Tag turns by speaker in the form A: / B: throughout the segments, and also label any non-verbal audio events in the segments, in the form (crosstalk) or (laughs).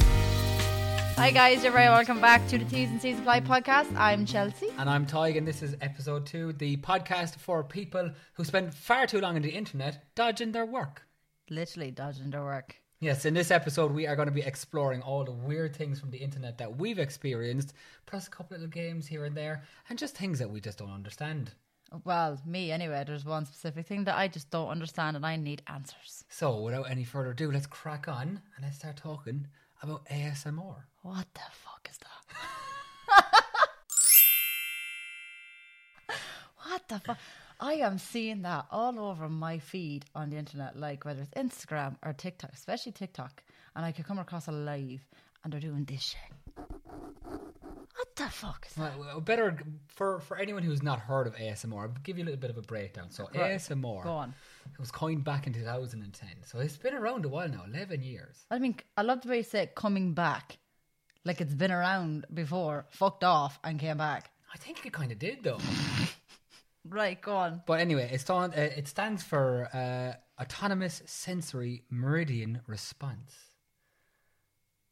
A: Hi guys, you're very welcome back to the T's and C's Apply podcast. I'm Chelsea.
B: And I'm Tig, and this is episode two, the podcast for people who spend far too long on the internet dodging their work.
A: Literally dodging their work.
B: Yes, in this episode, we are going to be exploring all the weird things from the internet that we've experienced, plus a couple little games here and there, and just things that we just don't understand.
A: Well, me anyway. There's one specific thing that I just don't understand, and I need answers.
B: So, without any further ado, let's crack on and let's start talking about ASMR.
A: What the fuck is that? (laughs) what the fuck? I am seeing that all over my feed on the internet, like whether it's Instagram or TikTok, especially TikTok. And I could come across a live and they're doing this shit. What the fuck is that?
B: Well, well, better for for anyone who's not heard of ASMR, I'll give you a little bit of a breakdown. So
A: Right,
B: ASMR,
A: go on.
B: it was coined back in 2010, so it's been around a while now, 11 years.
A: I mean, I love the way you say it, coming back. Like it's been around before, fucked off and came back.
B: I think it kind of did though.
A: Right, go on.
B: But anyway, it stands uh, it stands for uh, autonomous sensory meridian response.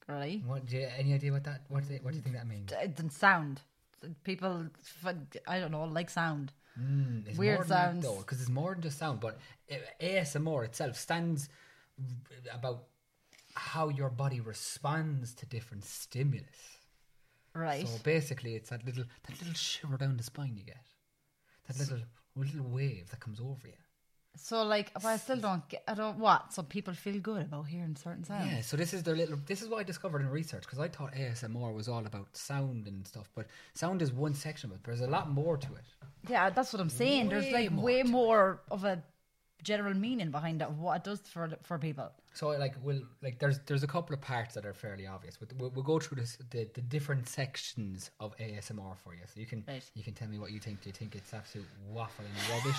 A: Right.
B: What do you, any idea what that what do you, what do you think that means?
A: It doesn't sound. People, fuck- I don't know, like sound.
B: Mm, it's
A: Weird
B: more than that,
A: sounds.
B: though, because it's more than just sound. But uh, ASMR itself stands v- about how your body responds to different stimulus.
A: Right.
B: So basically, it's that little that little shiver down the spine you get, that little little wave that comes over you.
A: So like, but I still don't get. I don't what. So people feel good about hearing certain sounds.
B: Yeah, so this is their little. This is what I discovered in research because I thought ASMR was all about sound and stuff, but sound is one section of it. There's a lot more to it.
A: Yeah, that's what I'm saying. There's
B: Way
A: like
B: more
A: way
B: to it.
A: more of a general meaning behind that. What it does for for people.
B: So like, we'll like there's there's a couple of parts that are fairly obvious. But we'll, we'll go through this, the the different sections of ASMR for you. So you can
A: Right.
B: you can tell me what you think. Do you think it's absolute waffle and rubbish,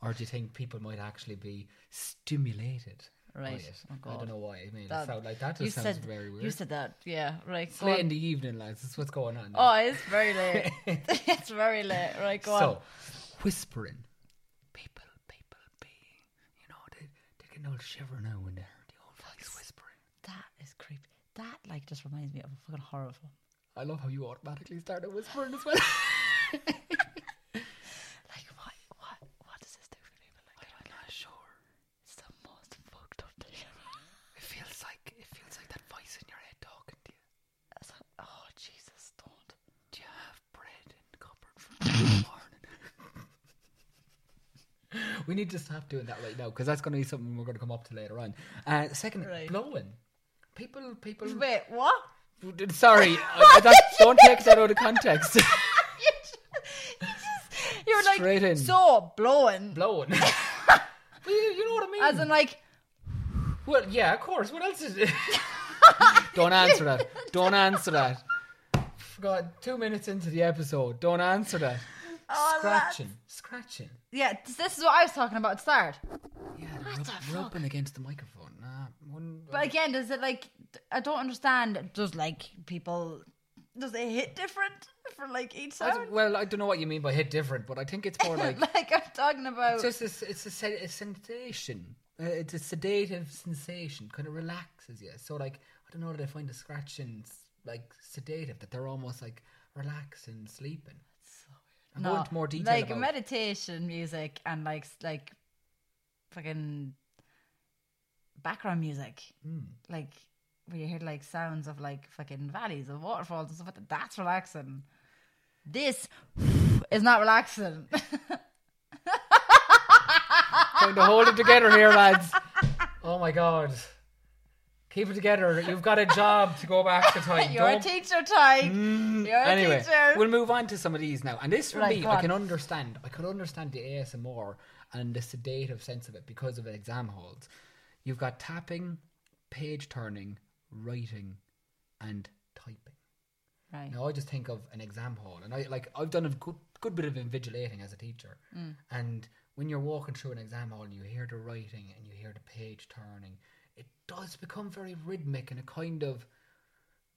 B: or do you think people might actually be stimulated? by
A: Right.
B: it?
A: Oh,
B: I
A: God.
B: don't know why. I mean,
A: That-
B: it sounds like that. Just
A: you
B: sounds
A: said
B: very weird.
A: you said that. Yeah, right.
B: it's
A: go on.
B: late in the evening, lads. That's what's going on. now.
A: Oh, it's very
B: (laughs)
A: late. (laughs) it's very late. Right, go on.
B: So, whispering. People, people be, you know, they, they get an old shiver now when they heard the old voice whispering.
A: That is creepy. That like just reminds me of a fucking horror film.
B: I love how you automatically started whispering as well.
A: Like what? What? What does this do for people? Like,
B: I'm not sure.
A: it's the most fucked up thing ever.
B: It feels like it feels like that voice in your head talking to you.
A: That's not, oh Jesus, don't.
B: Do you have bread in the cupboard (laughs) for the morning? we need to stop doing that right now because that's going to be something we're going to come up to later on. Uh, second,
A: Right.
B: blowing. People, people.
A: Wait, what? (laughs)
B: (laughs) Sorry, uh, that- don't take that out of (laughs) context.
A: You just- you just- You're like
B: Straight in.
A: so blowing,
B: blowing. (laughs) well, you, you know what I mean.
A: as in like
B: well, yeah, of course. What else is it? (laughs) Don't answer that. Don't answer that. Forgot two minutes into the episode. Don't answer that. Oh, scratching, scratching.
A: Yeah, this- this is what I was talking about at the start.
B: Yeah, rub, rubbing against the microphone. Nah, wouldn't-
A: But again, does it like I don't understand? Does like people does it hit different for like each
B: I
A: sound? (laughs)
B: d- well, I don't know what you mean by hit different, but I think it's (laughs) more like
A: like I'm talking about.
B: it's just a, s- it's a, se- a sensation. Uh, It's a sedative sensation, kind of relaxes you. So like I don't know that I find the scratching s- like sedative that they're almost like relaxing, sleeping. I'm going into more detail.
A: Like
B: about it.
A: meditation music and like s- like fucking background music.
B: Hmm.
A: Like where you hear like sounds of like fucking valleys and waterfalls and stuff like that. That's relaxing. This (laughs) is not relaxing. (laughs)
B: trying to hold it together here, lads. Oh my god. Keep it together. You've got a job to go back to
A: (laughs)
B: time.
A: You're a
B: Don't- Mm.
A: teacher, Ty. You're a
B: anyway,
A: teacher.
B: we'll move on to some of these now. And this for
A: Right,
B: me,
A: go
B: I
A: on.
B: can understand. I could understand the ASMR and the sedative sense of it because of exam holds. You've got tapping, page turning, writing, and typing.
A: right.
B: Now I just think of an exam hall, and I like I've done a good good bit of invigilating as a teacher,
A: Mm.
B: and when you're walking through an exam hall and you hear the writing and you hear the page turning, it does become very rhythmic and a kind of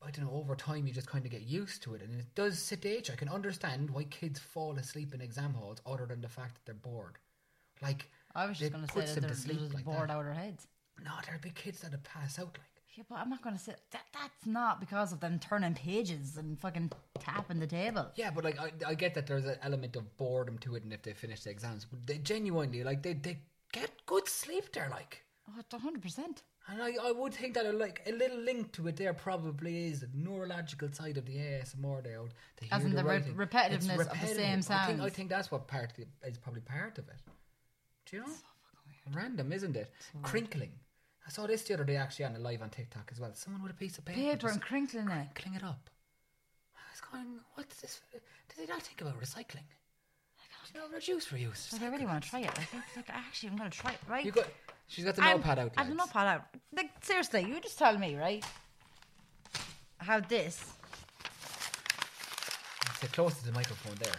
B: I don't know. Over time, you just kind of get used to it, and it does sedate you. I can understand why kids fall asleep in exam halls, other than the fact that they're bored. Like
A: I was just
B: it
A: going to say
B: puts
A: that
B: them
A: they're
B: to sleep
A: just
B: like
A: bored
B: that.
A: out of their heads.
B: No, there'd be kids that'd pass out like.
A: Yeah, but I'm not going to say that. That's not because of them turning pages and fucking tapping the table.
B: Yeah, but like I, I get that there's an element of boredom to it, and if they finish the exams, but they genuinely like they they get good sleep there, like.
A: Oh, it's 100%.
B: And I, I would think that a, like a little link to it there probably is the neurological side of the ASMR there. They hear
A: As in the re-
B: writing. It's
A: repetitiveness of the
B: repetitive.
A: same
B: I think, I
A: sounds.
B: think that's what part of it- is probably part of it. Do you know? Random, isn't it? Crinkling. I saw this the other day actually on a live on TikTok as well. Someone with a piece of paper,
A: Paper
B: just
A: and crinkling it.
B: crinkling it up. I was going, what's this? Did they not think about recycling? You know, reduce, reuse.
A: Like, I really want to try it. Like, like, like actually, I'm going to try it, right?
B: You got, she's got the
A: I'm-
B: notepad out.
A: I have the
B: lads.
A: notepad out. Like, seriously, you just tell me, right? How this.
B: Stay close to the microphone there.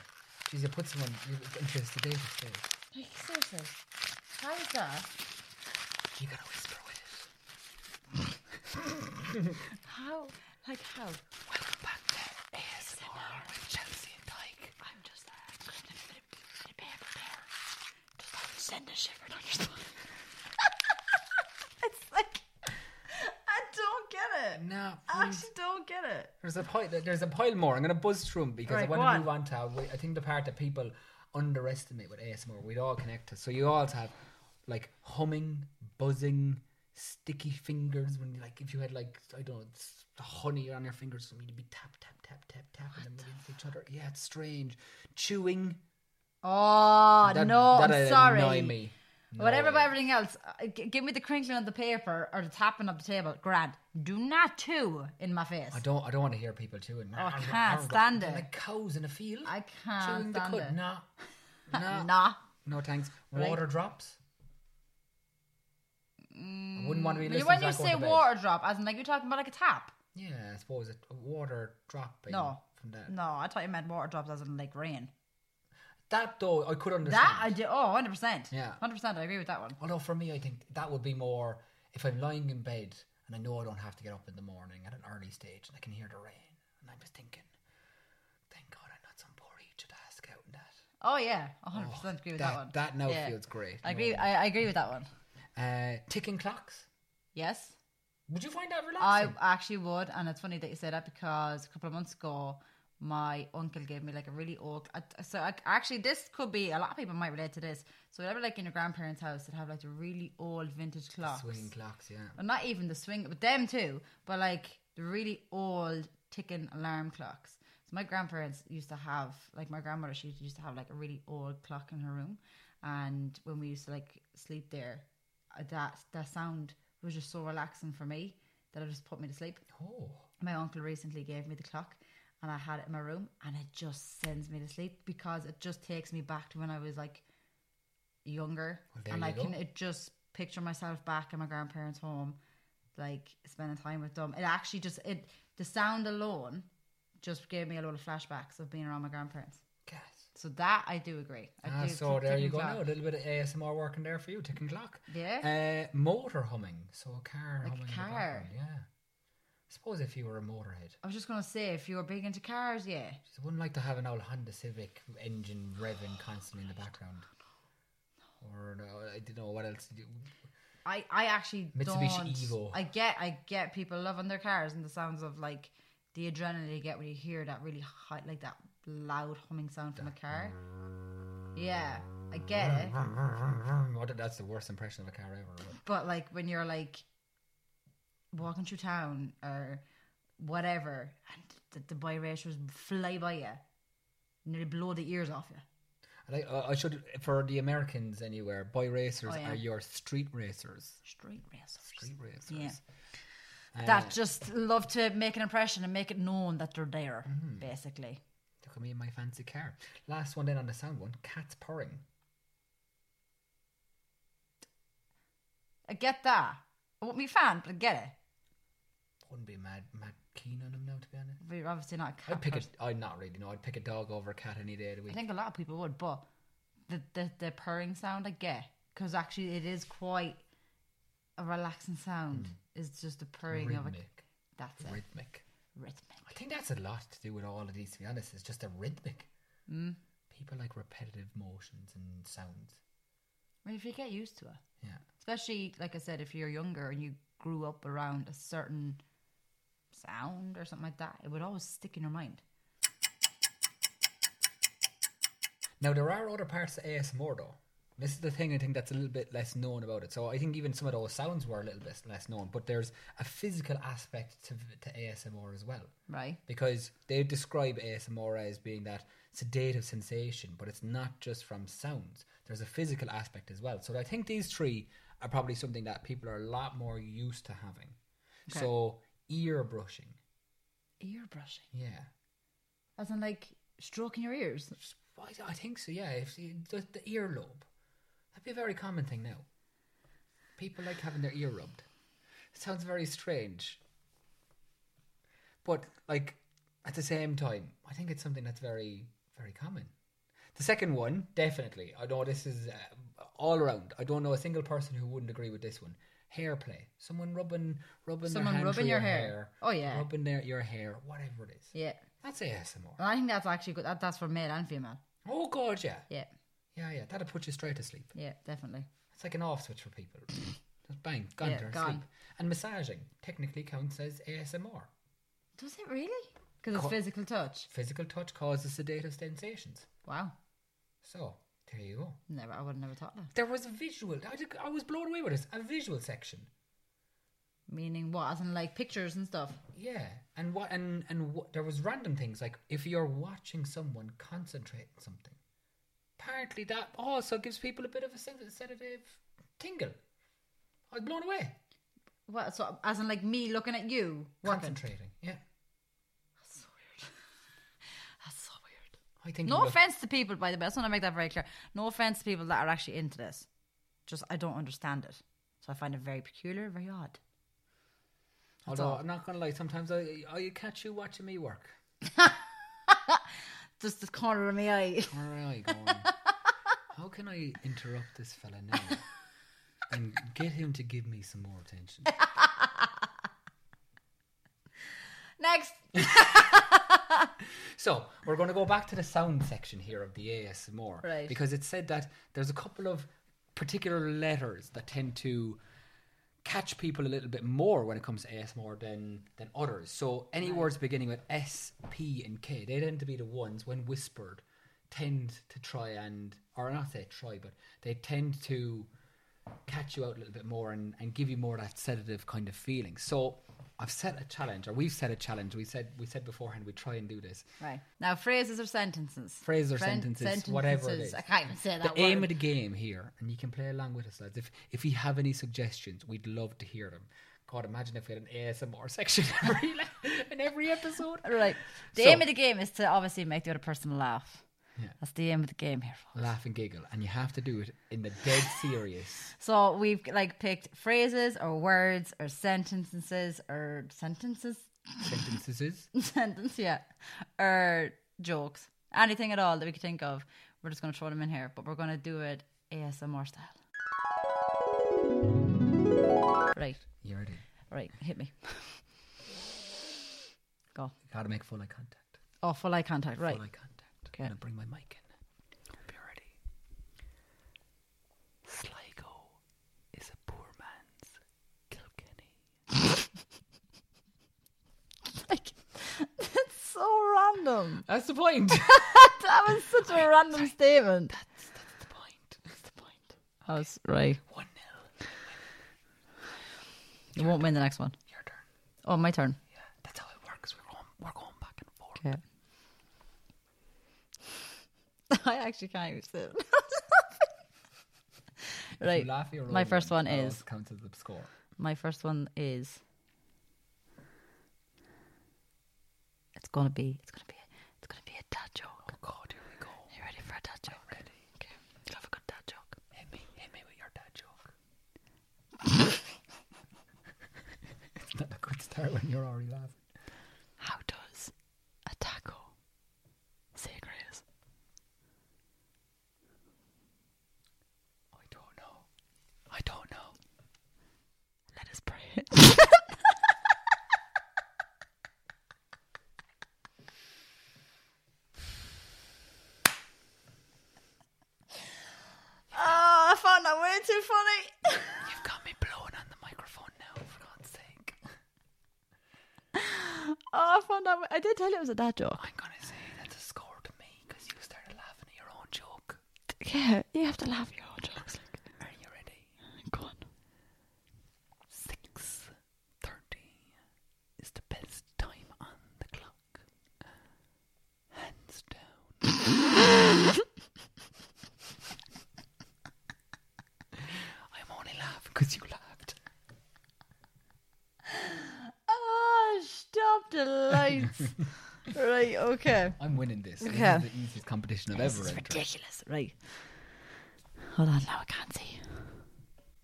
B: Jeez, you put someone you- into a sedative state.
A: Like, seriously. How is that?
B: You gotta whisper with it.
A: How? Like, how?
B: Welcome back to ASMR with Chelsea and Tyke.
A: I'm just uh, gripping a bit of bit of paper there. Just like send a shiver down your spine. (laughs) it's like I don't get it.
B: No,
A: I actually don't get it.
B: there's a pile. There's a pile more. I'm gonna buzz through 'em because I
A: Right,
B: want
A: go
B: to
A: on.
B: move on to. how we- I think the part that people underestimate with ASMR, we'd all connect to. So you all have like humming, buzzing, sticky fingers. When you like, if you had like I don't know, s- honey on your fingers, you'd be tap tap tap tap tap, and then against each other. Yeah, it's strange. Chewing.
A: Oh
B: That-
A: no,
B: that
A: I'm
B: annoy
A: sorry.
B: me.
A: Whatever
B: Annoy
A: about
B: me.
A: everything else, uh, g- give me the crinkling on the paper or the tapping of the table. Grant, do not chew in my face.
B: I don't. I don't want to hear people chewing.
A: Oh, I can't stand it.
B: Like cows in a field.
A: I can't
B: chewing the
A: stand
B: cud.
A: it. (laughs)
B: Nah. Nah.
A: Nah.
B: No thanks.
A: Right.
B: Water drops. I wouldn't want to be listening
A: Mm, When
B: to
A: you
B: that going
A: say
B: to bed.
A: water drop, as in like you're talking about like a tap.
B: Yeah, I suppose it, a water dropping.
A: No.
B: From that.
A: No, I thought you meant water drops as in like rain.
B: That though, I could understand.
A: That I do. Oh, 100%.
B: Yeah.
A: 100%. I agree with that one.
B: Although for me, I think that would be more if I'm lying in bed and I know I don't have to get up in the morning at an early stage and I can hear the rain and I'm just thinking, thank God I'm not some poor idiot ask out in that.
A: Oh yeah, a hundred percent agree with that,
B: Oh, that-
A: one.
B: that now
A: Yeah.
B: feels great.
A: I agree.
B: No.
A: I, I agree with that one.
B: Uh, ticking clocks.
A: Yes,
B: Would you find that
A: I
B: relaxing?
A: actually would, and it's funny that you say that because a couple of months ago, my uncle gave me like a really old. I- So I, actually, this could be a lot of people might relate to this. So whatever, like in your grandparents' house, that have like the really old vintage clocks.
B: Swinging clocks, yeah.
A: Well, not even the swing, but them too. But like the really old ticking alarm clocks. So my grandparents used to have, like my grandmother, she used to have like a really old clock in her room, and when we used to like sleep there, uh, that that sound was just so relaxing for me that it just put me to sleep.
B: Oh,
A: My uncle recently gave me the clock. And I had it in my room, and it just sends me to sleep because it just takes me back to when I was like younger,
B: Well, Oh, there
A: and
B: you
A: I
B: go.
A: can it just picture myself back in my grandparents' home, like spending time with them. It actually just it the sound alone just gave me a lot of flashbacks of being around my grandparents.
B: Gas.
A: So that I do agree. I
B: Ah,
A: do
B: so
A: tick-
B: there you
A: ticking
B: go
A: clock.
B: now. A little bit of ASMR working there for you, ticking clock.
A: Yeah.
B: Uh, motor humming. So a car
A: Like a
B: humming. in the
A: car.
B: background, yeah. I suppose if you were a motorhead,
A: I was just gonna say if you were big into cars, yeah.
B: I wouldn't like to have an old Honda Civic engine revving constantly in the background. Or uh, I don't know what else. to do.
A: I, I actually
B: Mitsubishi
A: don't.
B: Evo.
A: I get I get people loving their cars and the sounds of like the adrenaline they get when you hear that really high like that loud humming sound from a car. Yeah, I get it.
B: Mm, What- That's the worst impression of a car ever. but-
A: But like when you're like walking through town or whatever, and the, the biracials fly by you, nearly blow the ears off you.
B: And I, I- I should, for the Americans anywhere, boy racers
A: Oh, yeah.
B: are your street racers.
A: Street racers.
B: Street racers.
A: Yeah.
B: Uh,
A: That just love to make an impression and make it known that they're there, basically.
B: Look at me in my fancy car. Last one then on the sound one, cats purring.
A: I get that. I won't be a fan, but I get it.
B: Wouldn't be mad, mad keen on them now, to be honest.
A: But you're obviously not a cat
B: I'd pick
A: person.
B: a, I'd not really know. I'd pick a dog over a cat any day of the
A: I
B: week.
A: think a lot of people would, but the the, the purring sound I get because actually it is quite a relaxing sound. It's just the purring of a
B: Rhythmic.
A: that's it
B: Rhythmic. I
A: rhythmic.
B: think that's a lot to do with all of these, to be honest. It's just a rhythmic. Mm. People like repetitive motions and sounds.
A: I mean, if you get used to it,
B: Yeah.
A: especially like I said, if you're younger and you grew up around a certain sound or something like that, it would always stick in your mind.
B: Now there are other parts to ASMR though. This is the thing I think that's a little bit less known about it. So I think even some of those sounds were a little bit less known. But there's a physical aspect to, to ASMR as well,
A: Right?
B: because they describe ASMR as being that sedative sensation, but it's not just from sounds. There's a physical aspect as well. So I think these three are probably something that people are a lot more used to having.
A: Okay.
B: So ear brushing,
A: Ear brushing,
B: yeah.
A: as in like stroking your ears.
B: Well, I- I think so. Yeah, if the, the, the earlobe, that'd be a very common thing now. People like having their ear rubbed. It sounds very strange, but like at the same time, I think it's something that's very, very common. The second one, definitely. I know this is uh, all around. I don't know a single person who wouldn't agree with this one. Hair play. Someone rubbing, rubbing
A: Someone
B: their hand
A: rubbing
B: through
A: your
B: your,
A: hair.
B: hair.
A: Oh, yeah.
B: rubbing their your hair, whatever it is.
A: Yeah,
B: That's ASMR.
A: and I think that's actually good. That, that's for male and female.
B: oh god, yeah.
A: Yeah,
B: Yeah, yeah, that'll put you straight to sleep.
A: yeah, definitely.
B: It's like an off switch
A: (coughs)
B: for people. Just bang, gone
A: Yeah,
B: to her
A: gone.
B: sleep. And massaging technically counts as ASMR.
A: Does it really? Because it's
B: Co-
A: physical touch.
B: Physical touch causes sedative sensations.
A: Wow.
B: So, there you go.
A: Never, I would have never thought that.
B: There was a visual. I, did- I was blown away with this. A visual section.
A: Meaning what? As in like pictures and stuff.
B: Yeah, and what and and what, there was random things like if you're watching someone concentrate on something, apparently that also gives people a bit of a sen- sedative tingle. I was blown away.
A: What? So as in like me looking at you working.
B: Concentrating, yeah.
A: That's so weird. That's so weird.
B: I think
A: No
B: you look-
A: offense to people, by the way. I just want to make that very clear. No offense to people that are actually into this. Just I don't understand it, so I find it very peculiar, very odd.
B: Although I'm not gonna lie, sometimes I I catch you watching me work.
A: Just the corner of my eye. (laughs)
B: Where am I going? How can I interrupt this fella now and get him to give me some more attention?
A: Next.
B: So we're gonna go back to the sound section here of the ASMR,
A: Right.
B: Because it said that there's a couple of particular letters that tend to catch people a little bit more when it comes to ASMR than than others. So any words beginning with S, P, and K, they tend to be the ones when whispered tend to try and or not say try, but they tend to catch you out a little bit more and, and give you more of that sedative kind of feeling. So I've set a challenge, or we've set a challenge. We said we said beforehand we try and do this.
A: Right now, phrases or sentences.
B: Phrases or
A: Fren-
B: sentences, whatever it is.
A: I can't even say
B: the
A: that word.
B: aim of the game here, and you can play along with us, lads. If if you have any suggestions, we'd love to hear them. God, imagine if we had an ASMR section (laughs) every, in every episode.
A: Right. The
B: So-
A: aim of the game is to obviously make the other person laugh. That's the aim of the game here, folks.
B: Laugh and giggle, and you have to do it in the dead (laughs) serious.
A: So we've like picked phrases or words or sentences or sentences, (laughs)
B: sentences.
A: sentence, yeah, or jokes, anything at all that we could think of. We're just going to throw them in here, but we're going to do it ASMR style. Right,
B: You ready?
A: right, hit me. (laughs) Go.
B: Gotta make full eye contact.
A: Oh, full eye contact. Right.
B: Full eye contact.
A: Okay.
B: I'm gonna bring my mic in. Hope you're ready. Sligo is a poor man's Kilkenny.
A: (laughs) Like, that's so random.
B: That's the (laughs) point.
A: That was such a random statement.
B: the point. That's the point.
A: That's right.
B: One nil.
A: You won't win the next one.
B: Your turn.
A: Oh, my turn.
B: Yeah, that's how it works. We're going. We're going back and forth.
A: Okay. (laughs) I actually can't even (laughs) sit. right.
B: Laugh your
A: My
B: own
A: first one
B: that
A: is
B: always counts as the score. (laughs)
A: my first one is it's gonna be it's gonna be it's gonna be a dad joke.
B: Oh God, here we go.
A: You ready for a dad joke? ready. Okay. You love a good dad joke.
B: Hit me, hit me with your dad joke. it's not a good start when you're already laughing.
A: How does a taco say grace?
B: I don't know. I don't know.
A: Let us pray. Oh, I found that way too funny.
B: You've got me blowing on the microphone now, for God's sake.
A: Oh, I found that. I did tell you it was a dad joke.
B: I'm gonna say that's a score to me because you started laughing at your own joke.
A: Yeah, you have to laugh at your own jokes.
B: Are you ready?
A: Like, go on.
B: Six thirty is the best time on the clock. Hands down. I'm only laughing because you laughed.
A: Oh, stop the
B: (laughs)
A: lights. right. Okay.
B: I'm winning this.
A: Okay.
B: This is the easiest competition I've ever
A: This is
B: entered.
A: ridiculous, right? Hold on, now I can't see.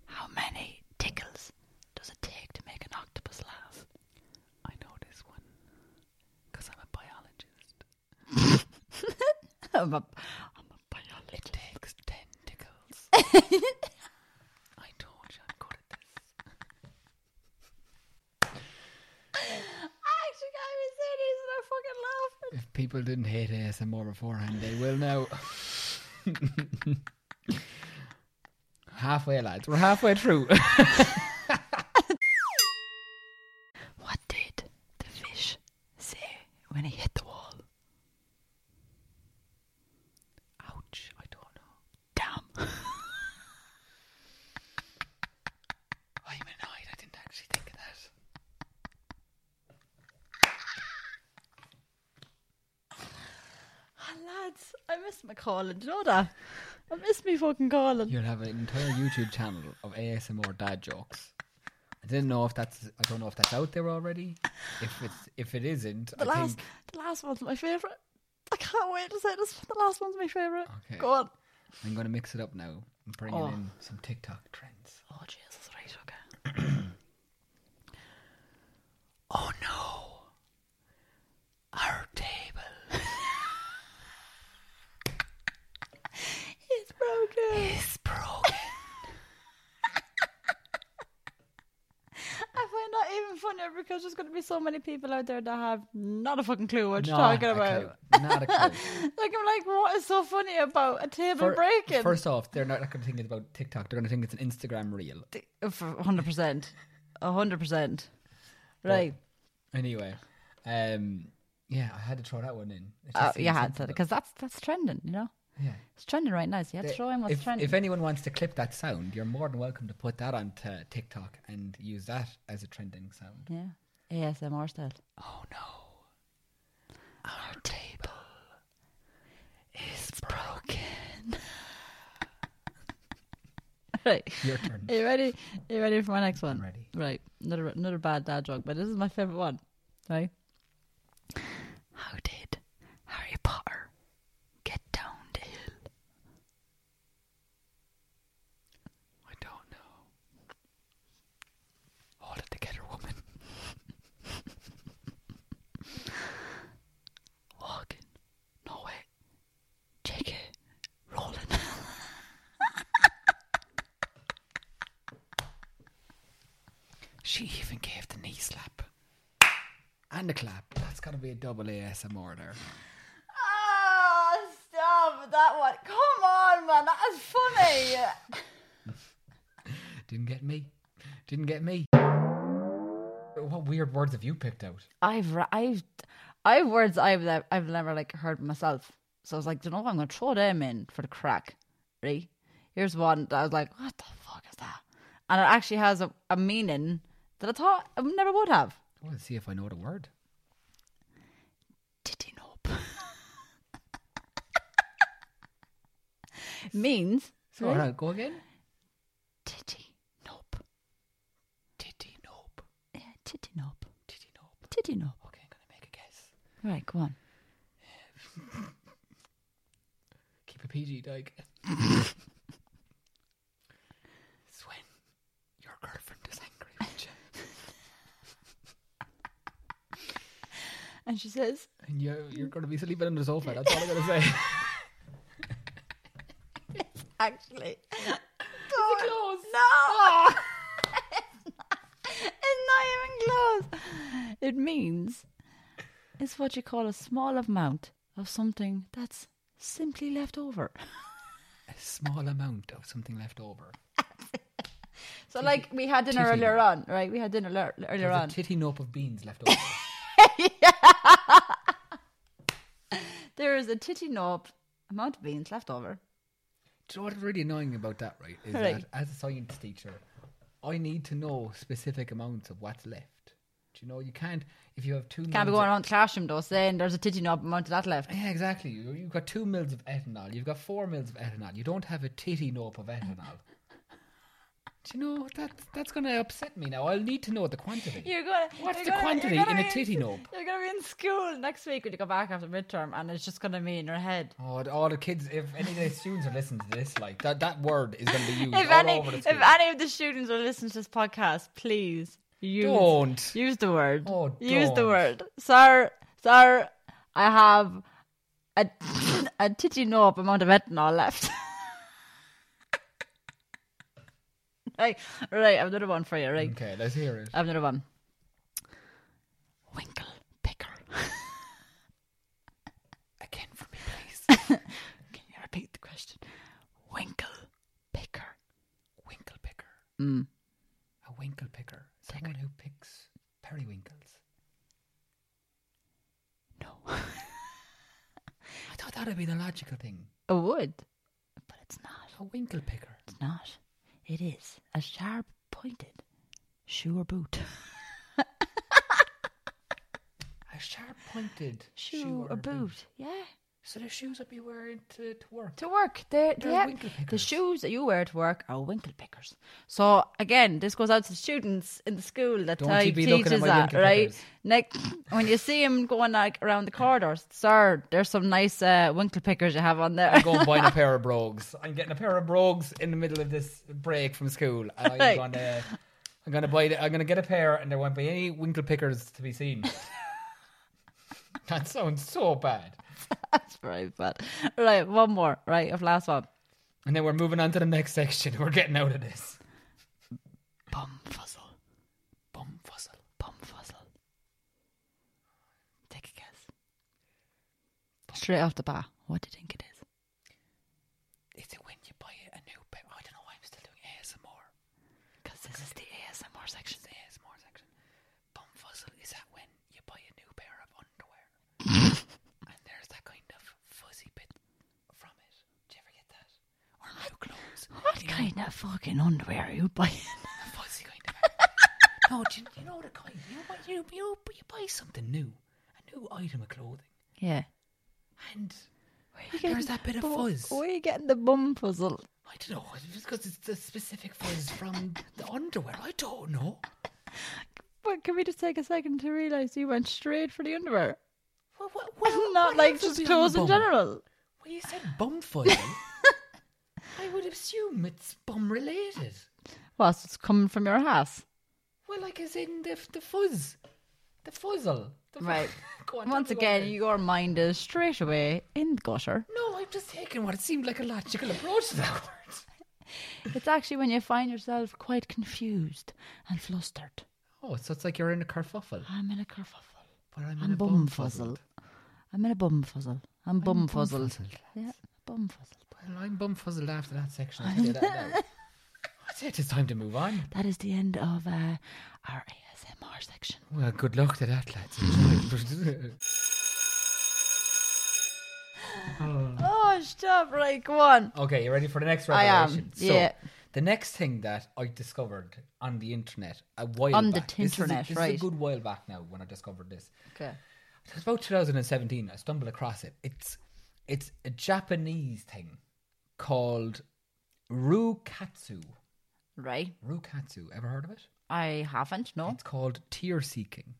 A: How many tickles does it take to make an octopus laugh?
B: I know this one because I'm a biologist.
A: (laughs) I'm a, I'm a biologist.
B: It takes ten
A: (laughs)
B: tickles. I told you I'm good at this.
A: I actually can't even say these and I'm fucking laughing.
B: If people didn't hate ASMR beforehand, they will now. (laughs) halfway, lads. We're halfway through. (laughs)
A: What did the fish say when he hit the wall?
B: Ouch! I don't know.
A: Damn. (laughs)
B: I'm annoyed. I didn't actually think of that.
A: Ah, lads, I missed my calling. Do you know that? I missed me fucking calling.
B: You'll have an entire YouTube channel of ASMR dad jokes. I didn't know if that's. I don't know if that's out there already. If it's, if it isn't,
A: The
B: I
A: last,
B: think
A: the last one's my favourite. I can't wait to say this. one. The last one's my favourite.
B: Okay.
A: Go on.
B: I'm going to mix it up now and bring
A: Oh.
B: in some TikTok trends.
A: Oh Jesus, right, okay.
B: (clears throat) Oh no! Our table
A: (laughs) It's broken.
B: is broken.
A: (laughs) I find that even funnier because there's going to be so many people out there that have not a fucking clue what you're
B: Not
A: talking
B: a
A: about.
B: clue.
A: (laughs)
B: Not a clue.
A: Like I'm like, what is so funny about a table
B: Fir-
A: breaking?
B: First off, they're not going to think it's about TikTok. They're going to think it's an Instagram reel.
A: hundred percent, hundred percent, right?
B: Anyway, um, yeah, I had to throw that one in. It just
A: Uh,
B: seems
A: you had to
B: sensible.
A: because that's that's trending, you know.
B: yeah.
A: It's trending right now, so you have to
B: They-
A: throw in what's
B: if,
A: trending.
B: if anyone wants to clip that sound, you're more than welcome to put that onto TikTok and use that as a trending sound.
A: yeah, ASMR style.
B: Oh no, our table is broken.
A: (laughs) Right.
B: Your turn.
A: Are you ready? Are you ready for my next one?
B: ready.
A: Right. Another another bad dad joke, but this is my favorite one. Right. How did Harry Potter get down
B: and the clap. That's got to be a double ASMR there.
A: Ah, stop with that one. Come on, man. That is funny.
B: Didn't get me. Didn't get me. What weird words have you picked out?
A: I've, ra- I've, I've words I've, le- I've never like heard myself. So I was like, do you know what? I'm going to throw them in for the crack. Right? Here's one that I was like, what the fuck is that? And it actually has a, a meaning that I thought I never would have.
B: I want to see if I know the word.
A: Titty nope. (laughs) Means
B: So all right, go again.
A: titty nope.
B: Titty nope.
A: Yeah, titty nope.
B: Titty nope.
A: Titty nope.
B: Okay, I'm gonna make a guess.
A: Right, go on.
B: Keep a PG, Dyke. (laughs) it's when your girlfriend is angry at you.
A: And she says,
B: And you, you're going to be sleeping on the sofa. That's all I'm going to say. (laughs)
A: (laughs) actually. Don't- No! (laughs) it's not even close. It means it's what you call a small amount of something that's simply left over.
B: a small amount of something left over.
A: (laughs) So, like, we had dinner
B: titty.
A: earlier on, right? We had dinner lear- earlier
B: There's
A: on.
B: a titty nope of beans left over.
A: there is a titty knob amount of beans left over.
B: Do you know what's really annoying about that, right? Is
A: Right.
B: that as a science teacher, I need to know specific amounts of what's left. Do you know you can't if you have two
A: Can't be
B: mils
A: going around the classroom though saying there's a titty knob amount of that left.
B: of, Yeah, exactly. You- You've got two mils of ethanol. You've got four mils of ethanol. You don't have a titty nope of ethanol. Do you know that that's going to upset me now? I'll need to know the quantity.
A: You're gonna.
B: What's
A: you're
B: the
A: gonna- you're
B: quantity
A: gonna
B: in a
A: be
B: titty knob?
A: You're gonna be in school next week when you go back after midterm, and it's just gonna be in your head.
B: Oh, and all the kids! If any of the students are listening to this, like that, that word is going to be
A: (laughs)
B: used
A: If
B: all
A: any,
B: over the
A: if
B: school.
A: any of the students are listening to this podcast, please use
B: Don't.
A: use the word.
B: Oh,
A: Use the
B: don't.
A: word, sir, sir. I have a a titty knob amount of ethanol left. (laughs) right, right. I've another one for you. Right.
B: Okay, let's hear it.
A: I have another one. Winkle picker. (laughs)
B: Again for me, please.
A: (laughs) Can you repeat the question? Winkle picker.
B: Winkle picker.
A: Mm.
B: A winkle picker. Someone who picks periwinkles.
A: No, (laughs)
B: I thought that would be the logical thing.
A: a wood, but it's not.
B: A winkle picker.
A: It's not. It is a sharp pointed shoe or boot.
B: A sharp pointed
A: (laughs) Shoe, or, boot. Yeah.
B: So the shoes I'd be wearing to, to work.
A: To work, they're,
B: They're
A: yeah,
B: winkle
A: the
B: pickers.
A: shoes that you wear to work are winkle pickers. So again, this goes out to the students in the school that
B: Don't
A: I
B: you be looking at
A: teaches
B: my
A: that,
B: winkle
A: right?
B: pickers.
A: Like when you see them going like around the corridors, sir, there's some nice uh, winkle pickers you have on there.
B: I'm going buying a pair of brogues. I'm getting a pair of brogues in the middle of this break from school. And I'm
A: Right.
B: gonna I'm gonna buy the, I'm gonna get a pair and there won't be any winkle pickers to
A: (laughs)
B: be seen. that sounds so bad.
A: (laughs) That's very bad. Right, one more. Right, of last one.
B: And then we're moving on to the next section. (laughs) We're getting out of this.
A: Bum fuzzle.
B: Bum fuzzle.
A: Bum fuzzle. Take a guess. Straight off the bat, what do you think it is?
B: Is it when you buy a new pair? I don't know why I'm still doing ASMR.
A: Because this is the ASMR section.
B: The ASMR section. Bum fuzzle is that when you buy a new pair of
A: (laughs)
B: underwear and there's that kind of fuzzy bit from it. Do you ever get that? Or new clothes.
A: What
B: you know,
A: kind of fucking underwear are you buying?
B: the fuzzy kind
A: (laughs)
B: of. no, do you, you know the kind? You, buy- you, you, you buy something new, a new item of clothing,
A: Yeah.
B: and there's that bit of fuzz.
A: Where are you getting the bum puzzle?
B: I don't know. Just because it's the specific fuzz from the underwear. I don't know.
A: But can we just take a second to realise you went straight for the underwear?
B: Well, well,
A: Not like just clothes in general.
B: Well, you said bum
A: (laughs)
B: fuzzy. I would assume it's bum related.
A: Whilst it's coming from your ass.
B: Well, like as in the, the fuzz, the fuzzle. The fu-
A: Right.
B: (laughs) Go on,
A: Once
B: tell me what it
A: again,
B: is.
A: your mind is straight away in the gutter.
B: No, I'm just taking what seemed like a logical approach to that word.
A: (laughs) It's actually when you find yourself quite confused and flustered.
B: Oh, so it's like you're in a kerfuffle.
A: I'm in a kerfuffle.
B: But I'm, in
A: I'm
B: a
A: bum
B: bum
A: fuzzled. I'm in a bum fuzzle. I'm bum fuzzled. Yeah, bum fuzzled.
B: Well, I'm bum fuzzled after that section. I say
A: (laughs)
B: that now. I say it's time to move on.
A: That is the end of uh, our ASMR section.
B: Well, good luck to that, lads. Enjoy.
A: (laughs) Oh, stop! Right, go on.
B: (laughs) okay, you ready for the next
A: I
B: revelation?
A: am,
B: So,
A: yeah.
B: The next thing that I discovered on the internet a while
A: On the
B: back. This is a-
A: tinternet,
B: this is
A: right.
B: a good while back now when I discovered this.
A: Okay.
B: It was about 2017. I stumbled across it. It's it's a Japanese thing called rukatsu.
A: Right.
B: Rukatsu. Ever heard of it?
A: I haven't. No.
B: It's called tear seeking.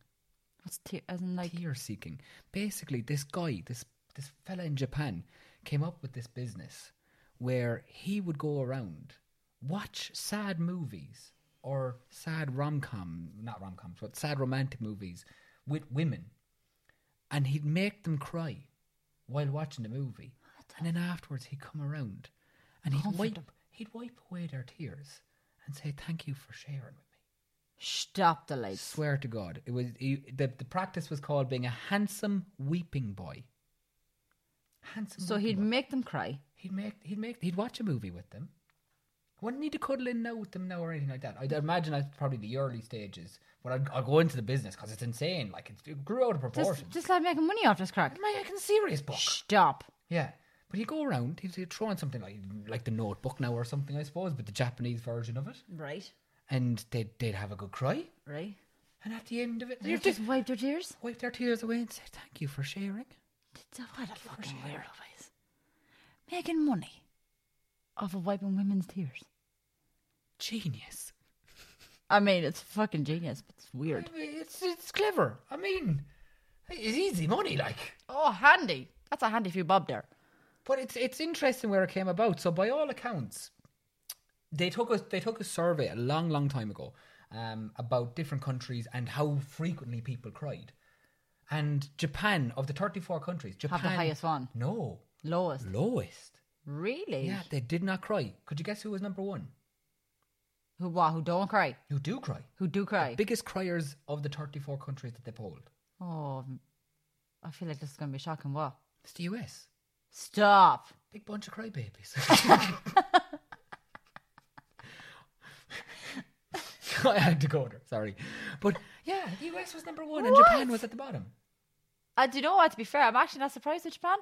A: What's t- as in like?
B: tear seeking. Basically, this guy, this this fella in Japan, came up with this business where he would go around, watch sad movies or sad rom com, not rom coms, but sad romantic movies with women, and he'd make them cry while watching the movie, and then afterwards he'd come around and he'd wipe he'd wipe away their tears and say thank you for sharing with me.
A: Stop the
B: I
A: lights.
B: swear to God, it was you, the the practice was called being a handsome weeping boy. Handsome.
A: So
B: weeping
A: he'd
B: boy.
A: make them cry.
B: he'd make he'd make he'd watch a movie with them. Wouldn't need to cuddle in now with them now or anything like that. I'd imagine that's probably the early stages, but I'd, I'll go into the business because it's insane. Like it's, it grew out of
A: Just,
B: proportion.
A: just like making money off this crack.
B: I'm making a serious book.
A: Stop.
B: Yeah. But he'd go around, he'd, he'd throw on something like like the notebook now or something, I suppose, but the Japanese version of it.
A: Right.
B: And they'd, they'd have a good cry.
A: Right.
B: And at the end of it,
A: They
B: they'd
A: just wipe their tears.
B: wipe their tears away and say thank you for sharing.
A: What a fucking weirdo is. Making money off of wiping women's tears.
B: Genius.
A: I mean, it's fucking genius, but it's weird.
B: I mean, It's it's clever. I mean, it's easy money, like.
A: Oh, handy. That's a handy few bob there.
B: But it's it's interesting where it came about. So by all accounts, they took a they took a survey a long long time ago um, about different countries and how frequently people cried. And Japan, of the thirty four countries, Japan
A: Have the highest one.
B: No,
A: Lowest.
B: lowest.
A: Really?
B: Yeah, they did not cry. Could you guess who was number one?
A: Who what? Who don't cry?
B: Who do cry?
A: Who do cry?
B: The biggest criers of the 34 countries that they polled.
A: oh, I feel like this is gonna be shocking. What?
B: It's the US.
A: Stop.
B: Big bunch of crybabies. (laughs) I had to go there, sorry. But yeah, the US was number one and Japan
A: What?
B: was at the bottom.
A: Uh, do you know what? To be fair, I'm actually not surprised with Japan.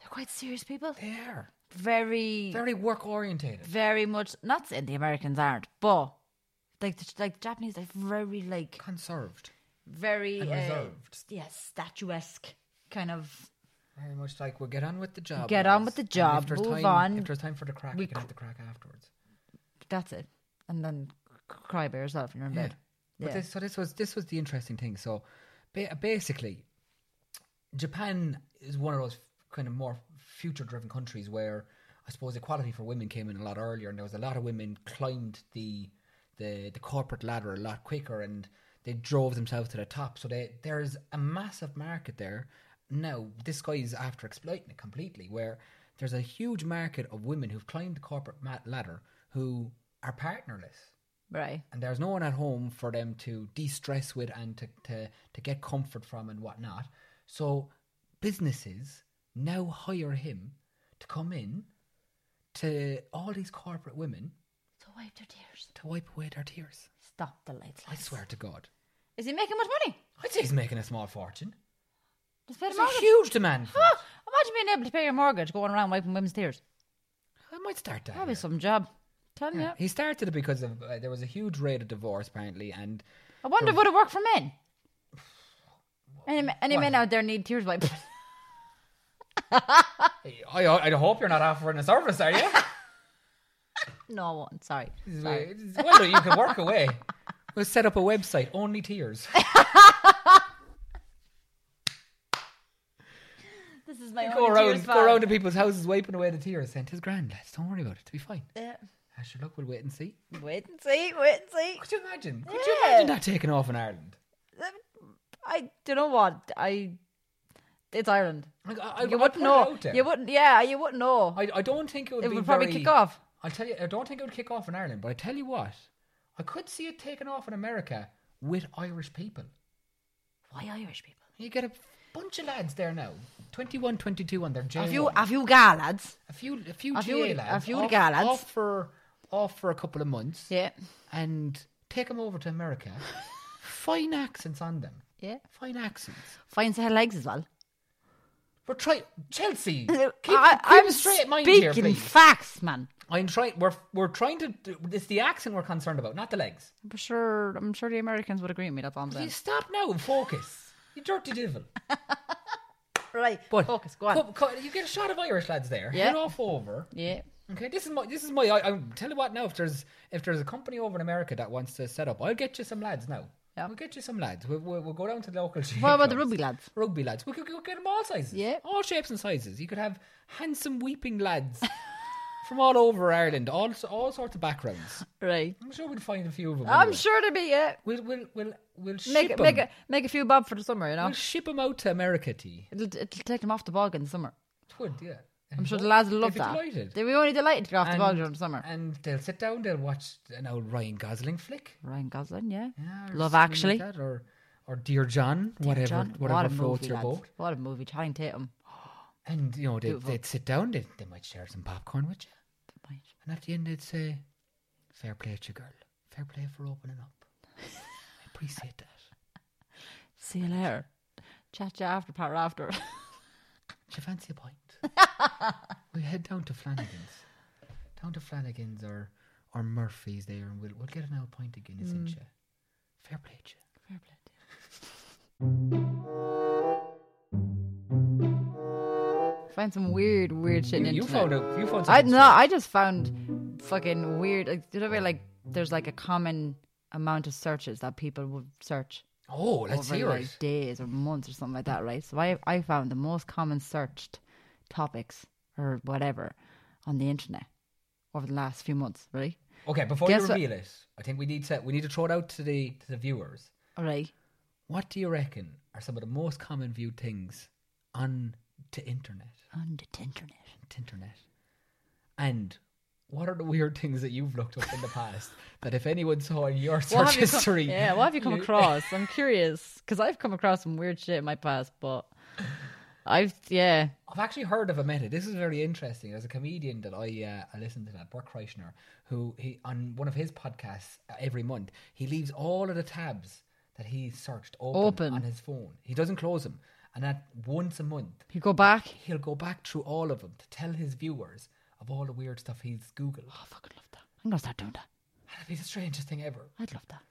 A: They're quite serious people.
B: They are
A: Very, very,
B: very work orientated.
A: much. Not saying the Americans aren't, but like, the, like the Japanese, they're very like
B: Conserved.
A: very
B: And
A: uh,
B: reserved.
A: yeah, statuesque kind of.
B: Very much like we'll get on with the job.
A: Get on with
B: lads.
A: the
B: And if
A: job,
B: there's
A: move
B: time-
A: on.
B: If there's time for the crack,
A: We
B: we can
A: cr-
B: have the crack afterwards.
A: That's it, and then c- cry by yourself in your
B: Yeah.
A: bed.
B: But
A: Yeah.
B: this, so this was this was the interesting thing. So ba- basically, Japan is one of those kind of more future-driven countries where I suppose equality for women came in a lot earlier, and there was a lot of women climbed the the, the corporate ladder a lot quicker, and they drove themselves to the top. So they, there's a massive market there. Now this guy's after exploiting it completely, where there's a huge market of women who've climbed the corporate ma- ladder who are partnerless
A: Right.
B: and there's no one at home for them to de-stress with and to, to, to get comfort from and whatnot. So businesses now hire him to come in to all these corporate women
A: So wipe their tears.
B: to wipe away their tears.
A: Stop the lights.
B: I swear to God.
A: Is he making much money?
B: I'd say he's making a small fortune.
A: Just pay the
B: There's a
A: mortgage.
B: huge demand for
A: Huh?
B: it.
A: Imagine being able to pay your mortgage going around wiping women's tears.
B: I might start that.
A: That'd be
B: here.
A: some job. Telling
B: Yeah.
A: you.
B: He started it because of uh, there was a huge rate of divorce apparently, and
A: I wonder would it work for men? Any, any
B: Why?
A: men out there need tears wiped?
B: I, I, I hope you're not offering a service, are you?
A: (laughs) no one. Sorry. Sorry.
B: Well, you can work away. We'll set up a website, Only
A: (laughs)
B: Tears.
A: This is my
B: go
A: own
B: around,
A: tears.
B: go around to people's houses, wiping away the tears, saying, "Tis grand, lads. Don't worry about it. It'll be fine."
A: Yeah.
B: I should look. We'll wait and see.
A: Wait and see. Wait and see.
B: Could you imagine? Could you
A: Yeah.
B: imagine that taking off in Ireland?
A: I do you know what I. It's Ireland.
B: Like, I, I,
A: You
B: I'll
A: wouldn't
B: put it
A: know.
B: out there.
A: You wouldn't. Yeah, you wouldn't know.
B: I, I don't think it would.
A: it
B: be
A: would probably
B: very-
A: kick off.
B: I'll tell you. I don't think it would kick off in Ireland. But I tell you what, I could see it taking off in America with Irish people.
A: Why Irish people?
B: You get a bunch of lads there now, 21, 22 on their J1.
A: A few, a few ga lads.
B: a few, a few,
A: a few-
B: GA lads,
A: a few
B: off,
A: ga lads.
B: off for off for a couple of months,
A: Yeah,
B: and take them over to America.
A: (laughs)
B: Fine accents on them.
A: yeah.
B: Fine accents.
A: Finds her legs as well.
B: We're trying Chelsea.
A: (laughs) I,
B: Keep, keep
A: I'm
B: a straight mind
A: speaking
B: here, please.
A: facts, man.
B: I'm trying. We're we're trying to. do- It's the accent we're concerned about, not the legs.
A: I'm sure. I'm sure the Americans would agree with me. That's all I'm
B: Will you
A: saying.
B: stop now and focus? You dirty devil.
A: Right.
B: But
A: Focus. Go on.
B: co- co- you get a shot of Irish lads there.
A: Yeah.
B: Head off over.
A: Yeah.
B: Okay, this is my this is my. I, I'm tell you what now. If there's if there's a company over in America that wants to set up, I'll get you some lads now.
A: Yeah.
B: We'll get you some lads. We'll, we'll, we'll go down to the local.
A: What about the rugby lads?
B: Rugby lads. We could, we could get them all sizes.
A: Yeah.
B: All shapes and sizes. You could have handsome weeping lads (laughs) from all over Ireland, all s- all sorts of backgrounds.
A: Right.
B: I'm sure we'll find a few of them.
A: I'm
B: anyway.
A: sure to be yeah.
B: We'll we'll we'll we'll ship
A: Make
B: 'em.
A: make a, make a few bob for the summer. You know,
B: We'll ship 'em out to America. T.
A: it'll, it'll take them off the bog in the summer.
B: It would, yeah.
A: I'm sure the lads will love
B: They'd be
A: that.
B: delighted.
A: They were only delighted to get off the bog during the summer.
B: And they'll sit down. They'll watch an old Ryan Gosling flick.
A: Ryan Gosling, yeah.
B: Yeah, or
A: Love
B: something
A: Actually.
B: like that, or or Dear John, whatever
A: John,
B: whatever
A: what a
B: floats
A: movie,
B: your
A: lads.
B: boat.
A: What a movie, Channing Tatum.
B: And you know they'd,
A: Beautiful.
B: they'd sit down. They they might share some popcorn with you.
A: Right.
B: And at the end, they'd say, "Fair play to you, girl. Fair play for opening up. I appreciate that."
A: See you later. Chat you after, Pat (laughs) after.
B: Do you fancy a pint?
A: (laughs)
B: we head down to Flanagan's. Down to Flanagan's or or Murphy's there and we'll, we'll get an old pint again, Guinness, mm. Fair play to you.
A: Fair play to you. Find some weird, weird shit in
B: You,
A: internet.
B: found out. You found
A: I
B: something.
A: no, I just found fucking weird. Like, you know, where, like there's like a common amount of searches that people would search
B: Oh, let's
A: over
B: hear
A: like
B: it.
A: days or months or something like that, right? So I I found the most common searched topics or whatever on the internet over the last few months, right?
B: Okay, before
A: Guess
B: you
A: what-
B: reveal it, I think we need to we need to throw it out to the to the viewers.
A: All right.
B: What do you reckon are some of the most common viewed things on to internet?
A: On the internet.
B: To internet. And what are the weird (laughs) things that you've looked up in the past that if anyone saw in your
A: What
B: search
A: have you come-
B: history,
A: yeah, what have you come (laughs)
B: you-
A: across? I'm curious because I've come across some weird shit in my past, but I've yeah.
B: I've actually heard of a method. This is very interesting. There's a comedian that I uh, I listen to that Bert Kreischer, who he on one of his podcasts uh, every month he leaves all of the tabs that he searched open,
A: Open.
B: on his phone. He doesn't close them, and that once a month
A: You go back.
B: he'll go back through all of them to tell his viewers of all the weird stuff he's googled.
A: I fucking love that. I'm gonna start doing that.
B: That'd be the strangest thing ever.
A: I'd love that.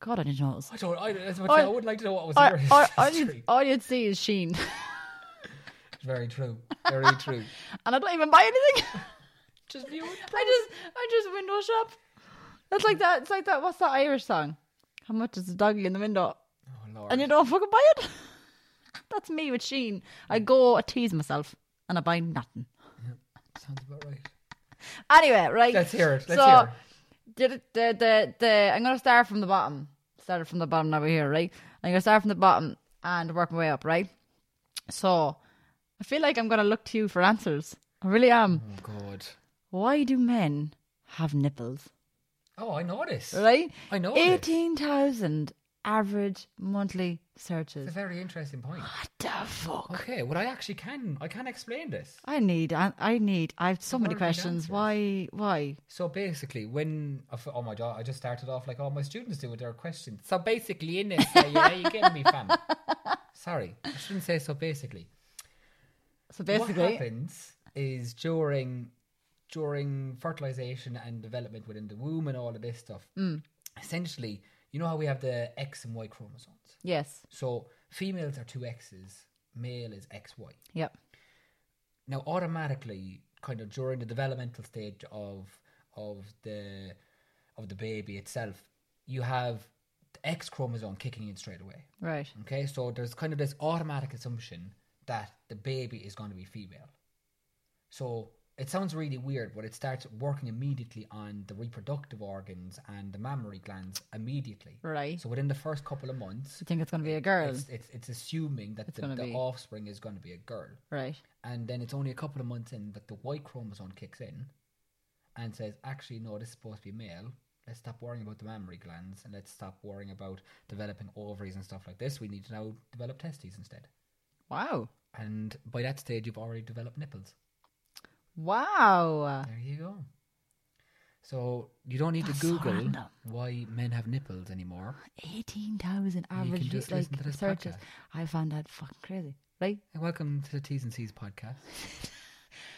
A: God, I didn't know. It was.
B: I don't. I, as much
A: I-
B: I would like to know what was in
A: All,
B: your
A: all, all,
B: history.
A: you'd, all you'd see is Sheen, (laughs)
B: Very true. Very true. Oh,
A: and I don't even buy anything. (laughs)
B: Just view it.
A: I just, I just window shop. That's like that. It's like that. What's that Irish song? How much is the doggy in the window?
B: Oh lord.
A: And you don't fucking buy it. (laughs) That's me with Sheen. I go, I tease myself, and I buy nothing.
B: Sounds about right.
A: Anyway, right.
B: Let's hear it. Let's
A: so,
B: hear it.
A: did it- the, the, the, I'm going to start from the bottom. Started from the bottom now we're here, right? I'm going to start from the bottom and work my way up, right? So, I feel like I'm going to look to you for answers. I really am.
B: Oh god.
A: Why do men have nipples?
B: Oh, I know this.
A: Right?
B: I know this.
A: 18,000 average monthly
B: It's
A: searches.
B: a very interesting point.
A: What the fuck?
B: Okay, well, I actually can. I can explain this.
A: I need, I, I need, I have so many
B: Perfect
A: questions.
B: answers.
A: Why, why?
B: So basically, when I f- oh my god, I just started off like all my students do with their questions. So basically, in this, yeah, yeah, you get
A: (laughs)
B: me, fam. Sorry, I shouldn't say so. Basically,
A: So basically,
B: what happens is during during fertilization and development within the womb and all of this stuff.
A: Mm.
B: Essentially, you know how we have the X and Y chromosomes.
A: yes.
B: So females are two X's, male is XY.
A: Yep.
B: now automatically kind of during the developmental stage of of the of the baby itself you have the x chromosome kicking in straight away
A: Right.
B: okay so there's kind of this automatic assumption that the baby is going to be female so it sounds really weird but it starts working immediately on the reproductive organs and the mammary glands immediately
A: Right.
B: so within the first couple of months
A: you think it's going to be a girl?
B: it's it's, it's assuming that
A: It's
B: the,
A: gonna
B: the
A: be-
B: offspring is going to be a girl
A: Right.
B: and then it's only a couple of months in that the Y chromosome kicks in and says, actually, no, this is supposed to be male. Let's stop worrying about the mammary glands and let's stop worrying about developing ovaries and stuff like this. We need to now develop testes instead.
A: Wow.
B: And by that stage, you've already developed nipples.
A: Wow.
B: There you go. So you don't need
A: That's
B: to
A: so
B: Google
A: random.
B: why men have nipples anymore.
A: 18,000
B: can
A: average
B: just
A: like
B: listen to this
A: searches.
B: podcast.
A: I found that fucking crazy. Right?
B: Hey, welcome to the T's and
A: (laughs)
B: C's podcast.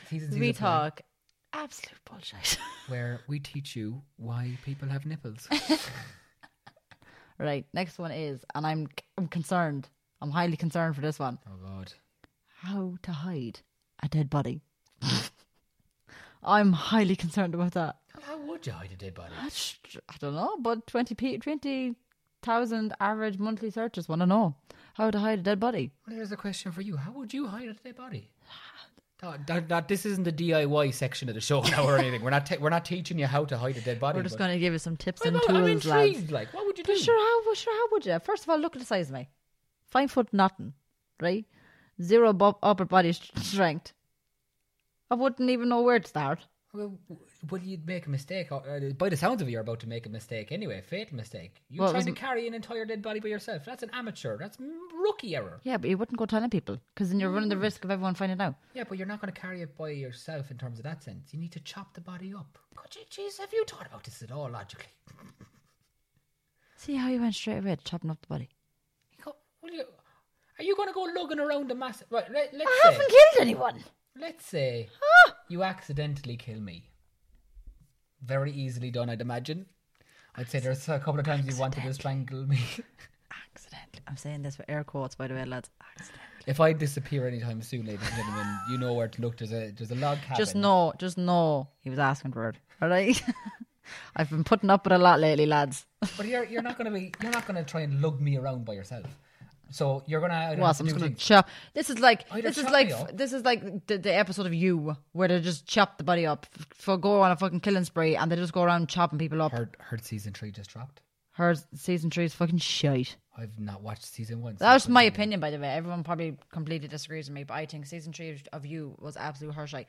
B: T's and C's
A: we
B: apply,
A: talk absolute bullshit. (laughs)
B: where we teach you why people have nipples. Oh,
A: right. Next one is, and I'm, I'm concerned. I'm highly concerned for this one.
B: oh God.
A: How to hide a dead body. (laughs) I'm highly concerned about that.
B: How would you hide a dead body?
A: That's- I don't know, but 20 pe- 20,000 average monthly searches want to know how to hide a dead body.
B: Well, here's a question for you. How would you hide a dead body? That, that, that- this isn't the DIY section of the show (laughs) now or anything. We're not te- we're not teaching you how to hide a dead body.
A: We're just
B: but-
A: going to give you some tips
B: I'm,
A: and
B: I'm
A: tools, lads.
B: intrigued. Like, what would you do?
A: But sure, how well, sure how would you? First of all, look at the size of me. Five foot nothing, right? Zero bo- upper body s- strength. I wouldn't even know where to start.
B: Well, w- well, you'd make a mistake. or- uh, By the sounds of it, you're about to make a mistake anyway, a fatal mistake. You
A: Well, it
B: trying to
A: was-
B: carry an entire dead body by yourself. That's an amateur. That's m- rookie error.
A: Yeah, but you wouldn't go telling people because then you're running the risk of everyone finding out.
B: Yeah, but you're not going to carry it by yourself in terms of that sense. You need to chop the body up. God, gee- jeez, have you thought about this at all logically?
A: See how you went straight away to chopping up the body.
B: You go, will you, are you going to go lugging around the mass? Right, let, let's
A: I
B: say,
A: haven't killed anyone.
B: let's say you accidentally kill me. Very easily done, I'd imagine. I'd say there's a couple of times you wanted to strangle me. (laughs)
A: Accidentally, I'm saying this with air quotes, by the way, lads. Accidentally.
B: If I disappear anytime soon, ladies and gentlemen, you know where to look. There's a there's a log cabin.
A: Just know, just know, he was asking for it. All right. (laughs) I've been putting up with a lot lately, lads.
B: But you're you're not gonna be you're not gonna try and lug me around by yourself. So you're gonna. either
A: Well,
B: have to
A: I'm just
B: do
A: gonna
B: things-
A: chop. This is like
B: Either
A: this is
B: chop
A: like
B: me up.
A: this is like the, the episode of you where they just chop the body up f- for go on a fucking killing spree and they just go around chopping people up. Her,
B: Heard heard season three just dropped.
A: season three is fucking shite.
B: I've not watched season one. so
A: That was
B: I
A: my
B: couldn't-
A: opinion, by the way. Everyone probably completely disagrees with me, but I think season three of you was absolute her shite.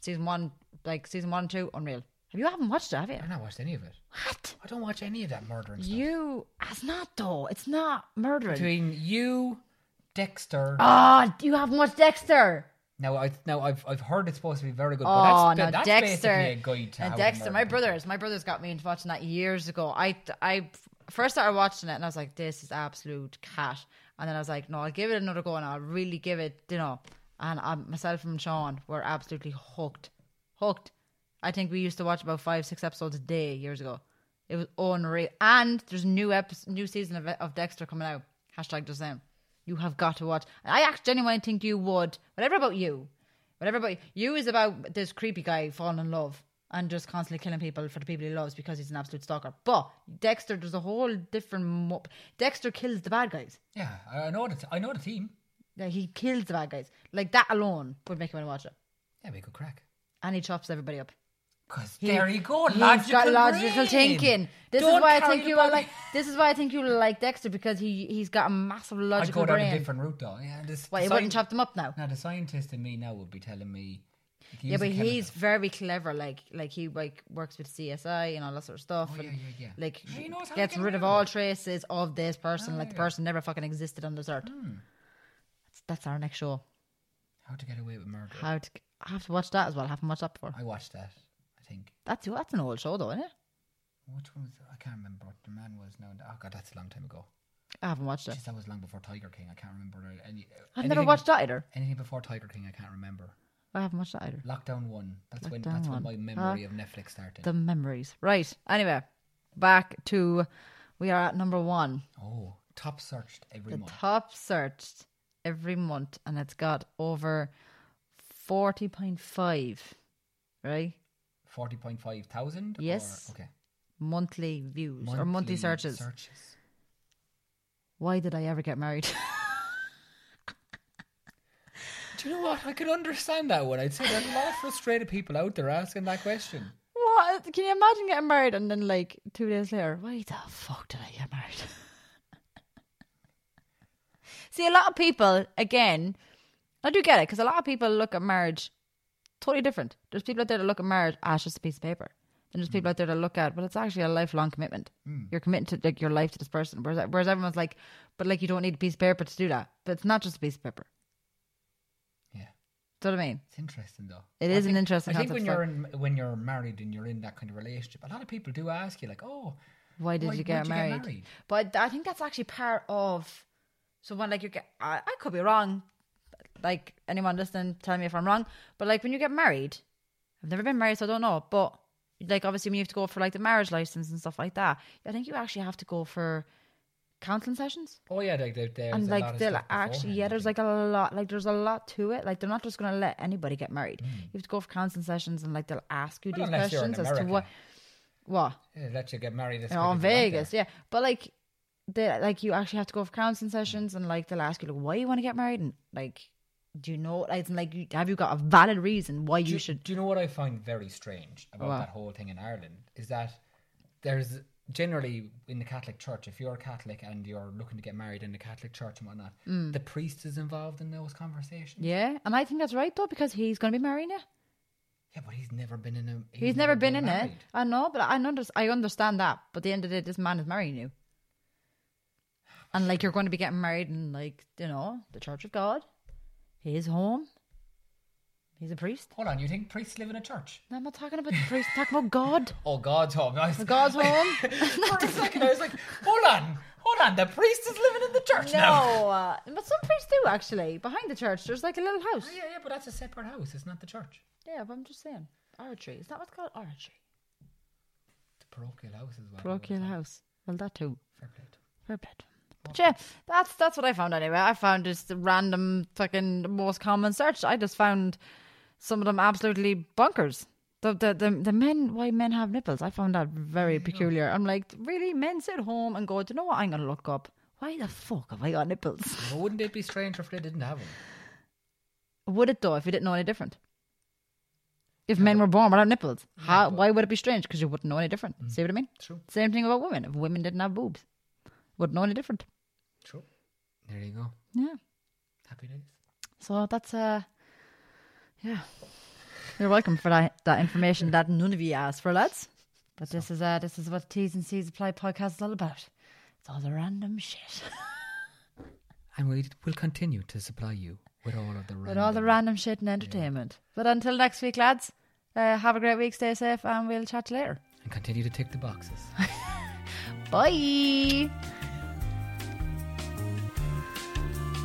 A: Season one, like season one and two, unreal. Have you haven't watched it? Have you?
B: I've not watched any of it.
A: What?
B: I don't watch any of that murder and stuff.
A: You? It's not though. It's not murdering.
B: Between you, Dexter.
A: Ah, you haven't watched Dexter.
B: Now I now I've I've heard it's supposed to be very good.
A: Oh
B: but that's,
A: no,
B: that's
A: Dexter!
B: basically a guide to
A: Now,
B: how to
A: Dexter, my
B: murder.
A: brothers, my brothers got me into watching that years ago. I I first started watching it and I was like, this is absolute cat. And then I was like, no, I'll give it another go and I'll really give it, you know. And I, myself and Sean were absolutely hooked, hooked. I think we used to watch about five, six episodes a day years ago. It was unreal. And there's a new episode, new season of, of Dexter coming out. Hashtag just saying. You have got to watch. And I actually genuinely think you would. Whatever about you. Whatever about you. You is about this creepy guy falling in love and just constantly killing people for the people he loves because he's an absolute stalker. But Dexter, there's a whole different. Mo- Dexter kills the bad guys.
B: Yeah, I I know the t- I know the team.
A: Like, he kills the bad guys. Like that alone would make you want to watch it.
B: Yeah, we could crack.
A: And he chops everybody up.
B: Because
A: He-
B: there you go,
A: he's
B: logical,
A: got logical
B: brain.
A: thinking. This
B: Don't
A: is why I
B: carry
A: think
B: the
A: you will
B: body.
A: like. This is why I think you will like Dexter because he he's got a massive
B: I'd
A: logical
B: go down
A: brain.
B: a different route though. Yeah, this,
A: Well,
B: the
A: he wouldn't
B: scien-
A: chop them up now.
B: Now the scientist in me now would be telling me. you can
A: Yeah,
B: use
A: but
B: a chemical.
A: he's very clever. Like, like he like works with CSI and all that sort of stuff.
B: Oh, yeah,
A: and,
B: yeah, yeah.
A: Like,
B: Yeah, he knows how to
A: gets
B: get
A: rid of
B: around
A: all
B: it.
A: traces of this person. like, the
B: Ah.
A: person never fucking existed on this earth.
B: Hmm.
A: That's, that's our next show.
B: How to get away with murder?
A: How to, I have to watch that as well. I haven't watched that before.
B: I watched that. I think
A: That's that's an old show though, isn't it?
B: which one was I can't remember what the man was now. Oh god, that's a long time ago.
A: I haven't watched it.
B: Jeez, that was long before Tiger King. I can't remember any.
A: I've never
B: anything-
A: watched that either.
B: anything before Tiger King. I can't remember.
A: I haven't watched that either.
B: Lockdown one. That's when
A: Lockdown
B: that's
A: One.
B: when my memory of Netflix started.
A: The memories, right? Anyway, back to we are at number one.
B: oh, top searched every
A: the
B: month.
A: top searched every month and it's got over 40.5 right
B: Forty point five thousand.
A: Yes.
B: Or, okay.
A: monthly views or monthly searches
B: Searches.
A: why did i ever get married (laughs)
B: Do you know what? I could understand that one. I'd say there's a lot of frustrated people out there asking that question.
A: what can you imagine getting married and then like two days later why the fuck did i get married (laughs) see a lot of people again i do get it because a lot of people look at marriage totally different there's people out there that look at marriage as just a piece of paper Then there's people out there that look at, well, it's actually a lifelong commitment. You're committing to like your life to this person. Whereas, whereas everyone's like, but like you don't need a piece of paper to do that. But it's not just a piece of paper.
B: Yeah.
A: Do you know what I mean?
B: It's interesting though.
A: It
B: It is
A: is an interesting
B: I think
A: concept,
B: when you're in, when you're married and you're in that kind of relationship, a lot of people do ask you like, "Oh,
A: Why did
B: why-
A: you
B: why'd
A: get married? But I think that's actually part of. So when like you get, I, I could be wrong. Like anyone listening, tell me if I'm wrong. But like when you get married, I've never been married, so I don't know. But like obviously, when you have to go for like the marriage license and stuff like that, I think you actually have to go for counseling sessions.
B: Oh yeah, like there, there's
A: and
B: a lot
A: like
B: of
A: they'll
B: stuff
A: actually,
B: beforehand,
A: yeah,
B: I
A: there's
B: think.
A: like a lot, like there's a lot to it. Like they're not just gonna let anybody get married. You have to go for counseling sessions, and like they'll ask you
B: Well,
A: these
B: Mm. unless you're in
A: questions as to what,
B: America.
A: what
B: Yeah, let you get married. as
A: you know,
B: quick
A: on
B: as you want
A: Oh, Vegas,
B: there.
A: yeah. But like, they like you actually have to go for counseling sessions, and like they'll ask you like, why you want to get married, and like, do you know, like, and, like, you, have you got a valid reason why
B: Do
A: you should?
B: Do you know what I find very strange about
A: What?
B: that whole thing in Ireland is that there's generally in the Catholic Church, if you're Catholic and you're looking to get married in the Catholic Church and whatnot, the priest is involved in those conversations.
A: Mm. Yeah, and I think that's right though because he's gonna be marrying you.
B: Yeah, but he's never been in a.
A: He's, never been in it.
B: married.
A: I know, but I under- I understand that. But at the end of the day, this man is marrying you, and like you're going to be getting married in like you know the Church of God, his home. He's a priest.
B: Hold on, you think priests live in a church?
A: No, I'm not talking about the priest. I'm talking about God.
B: Oh, God's home. I was, (laughs)
A: God's home.
B: for a second, I was like, hold on, hold on, the priest is living in the church now. (laughs)
A: No, uh, (laughs) but some priests do actually. Behind the church, there's like a little house.
B: Oh, yeah, yeah, but that's a separate house. It's not the church.
A: Yeah, but I'm just saying, oratory. Is that what's called oratory?
B: The parochial house as well.
A: Parochial house. Well, that too.
B: Fair play to them.
A: Fair bit. But yeah, that's that's what I found anyway. I found just the random fucking most common search. I just found some of them absolutely bonkers. The the the, the men why men have nipples. I found that very peculiar. I'm like, really, men sit home and go, Do you know what? I'm gonna look up. Why the fuck have I got nipples?
B: But wouldn't it be strange if they didn't have one?
A: Would it though if you didn't know any different? If men were born without nipples, how, why would it be strange? Because you wouldn't know any different. See what I mean?
B: True.
A: Same thing about women. If women didn't have boobs, wouldn't know any different.
B: True. There you go.
A: Yeah.
B: Happy days.
A: So that's uh, yeah. You're welcome for that that information that none of you asked for, lads. But this is uh, this is what T's and C's Apply podcast is all about. It's all the random shit.
B: And we will continue to supply you with all of the random.
A: With all the random shit and entertainment. But until next week, lads, uh, have a great week, stay safe, and we'll chat to you later.
B: And continue to tick the boxes.
A: Bye.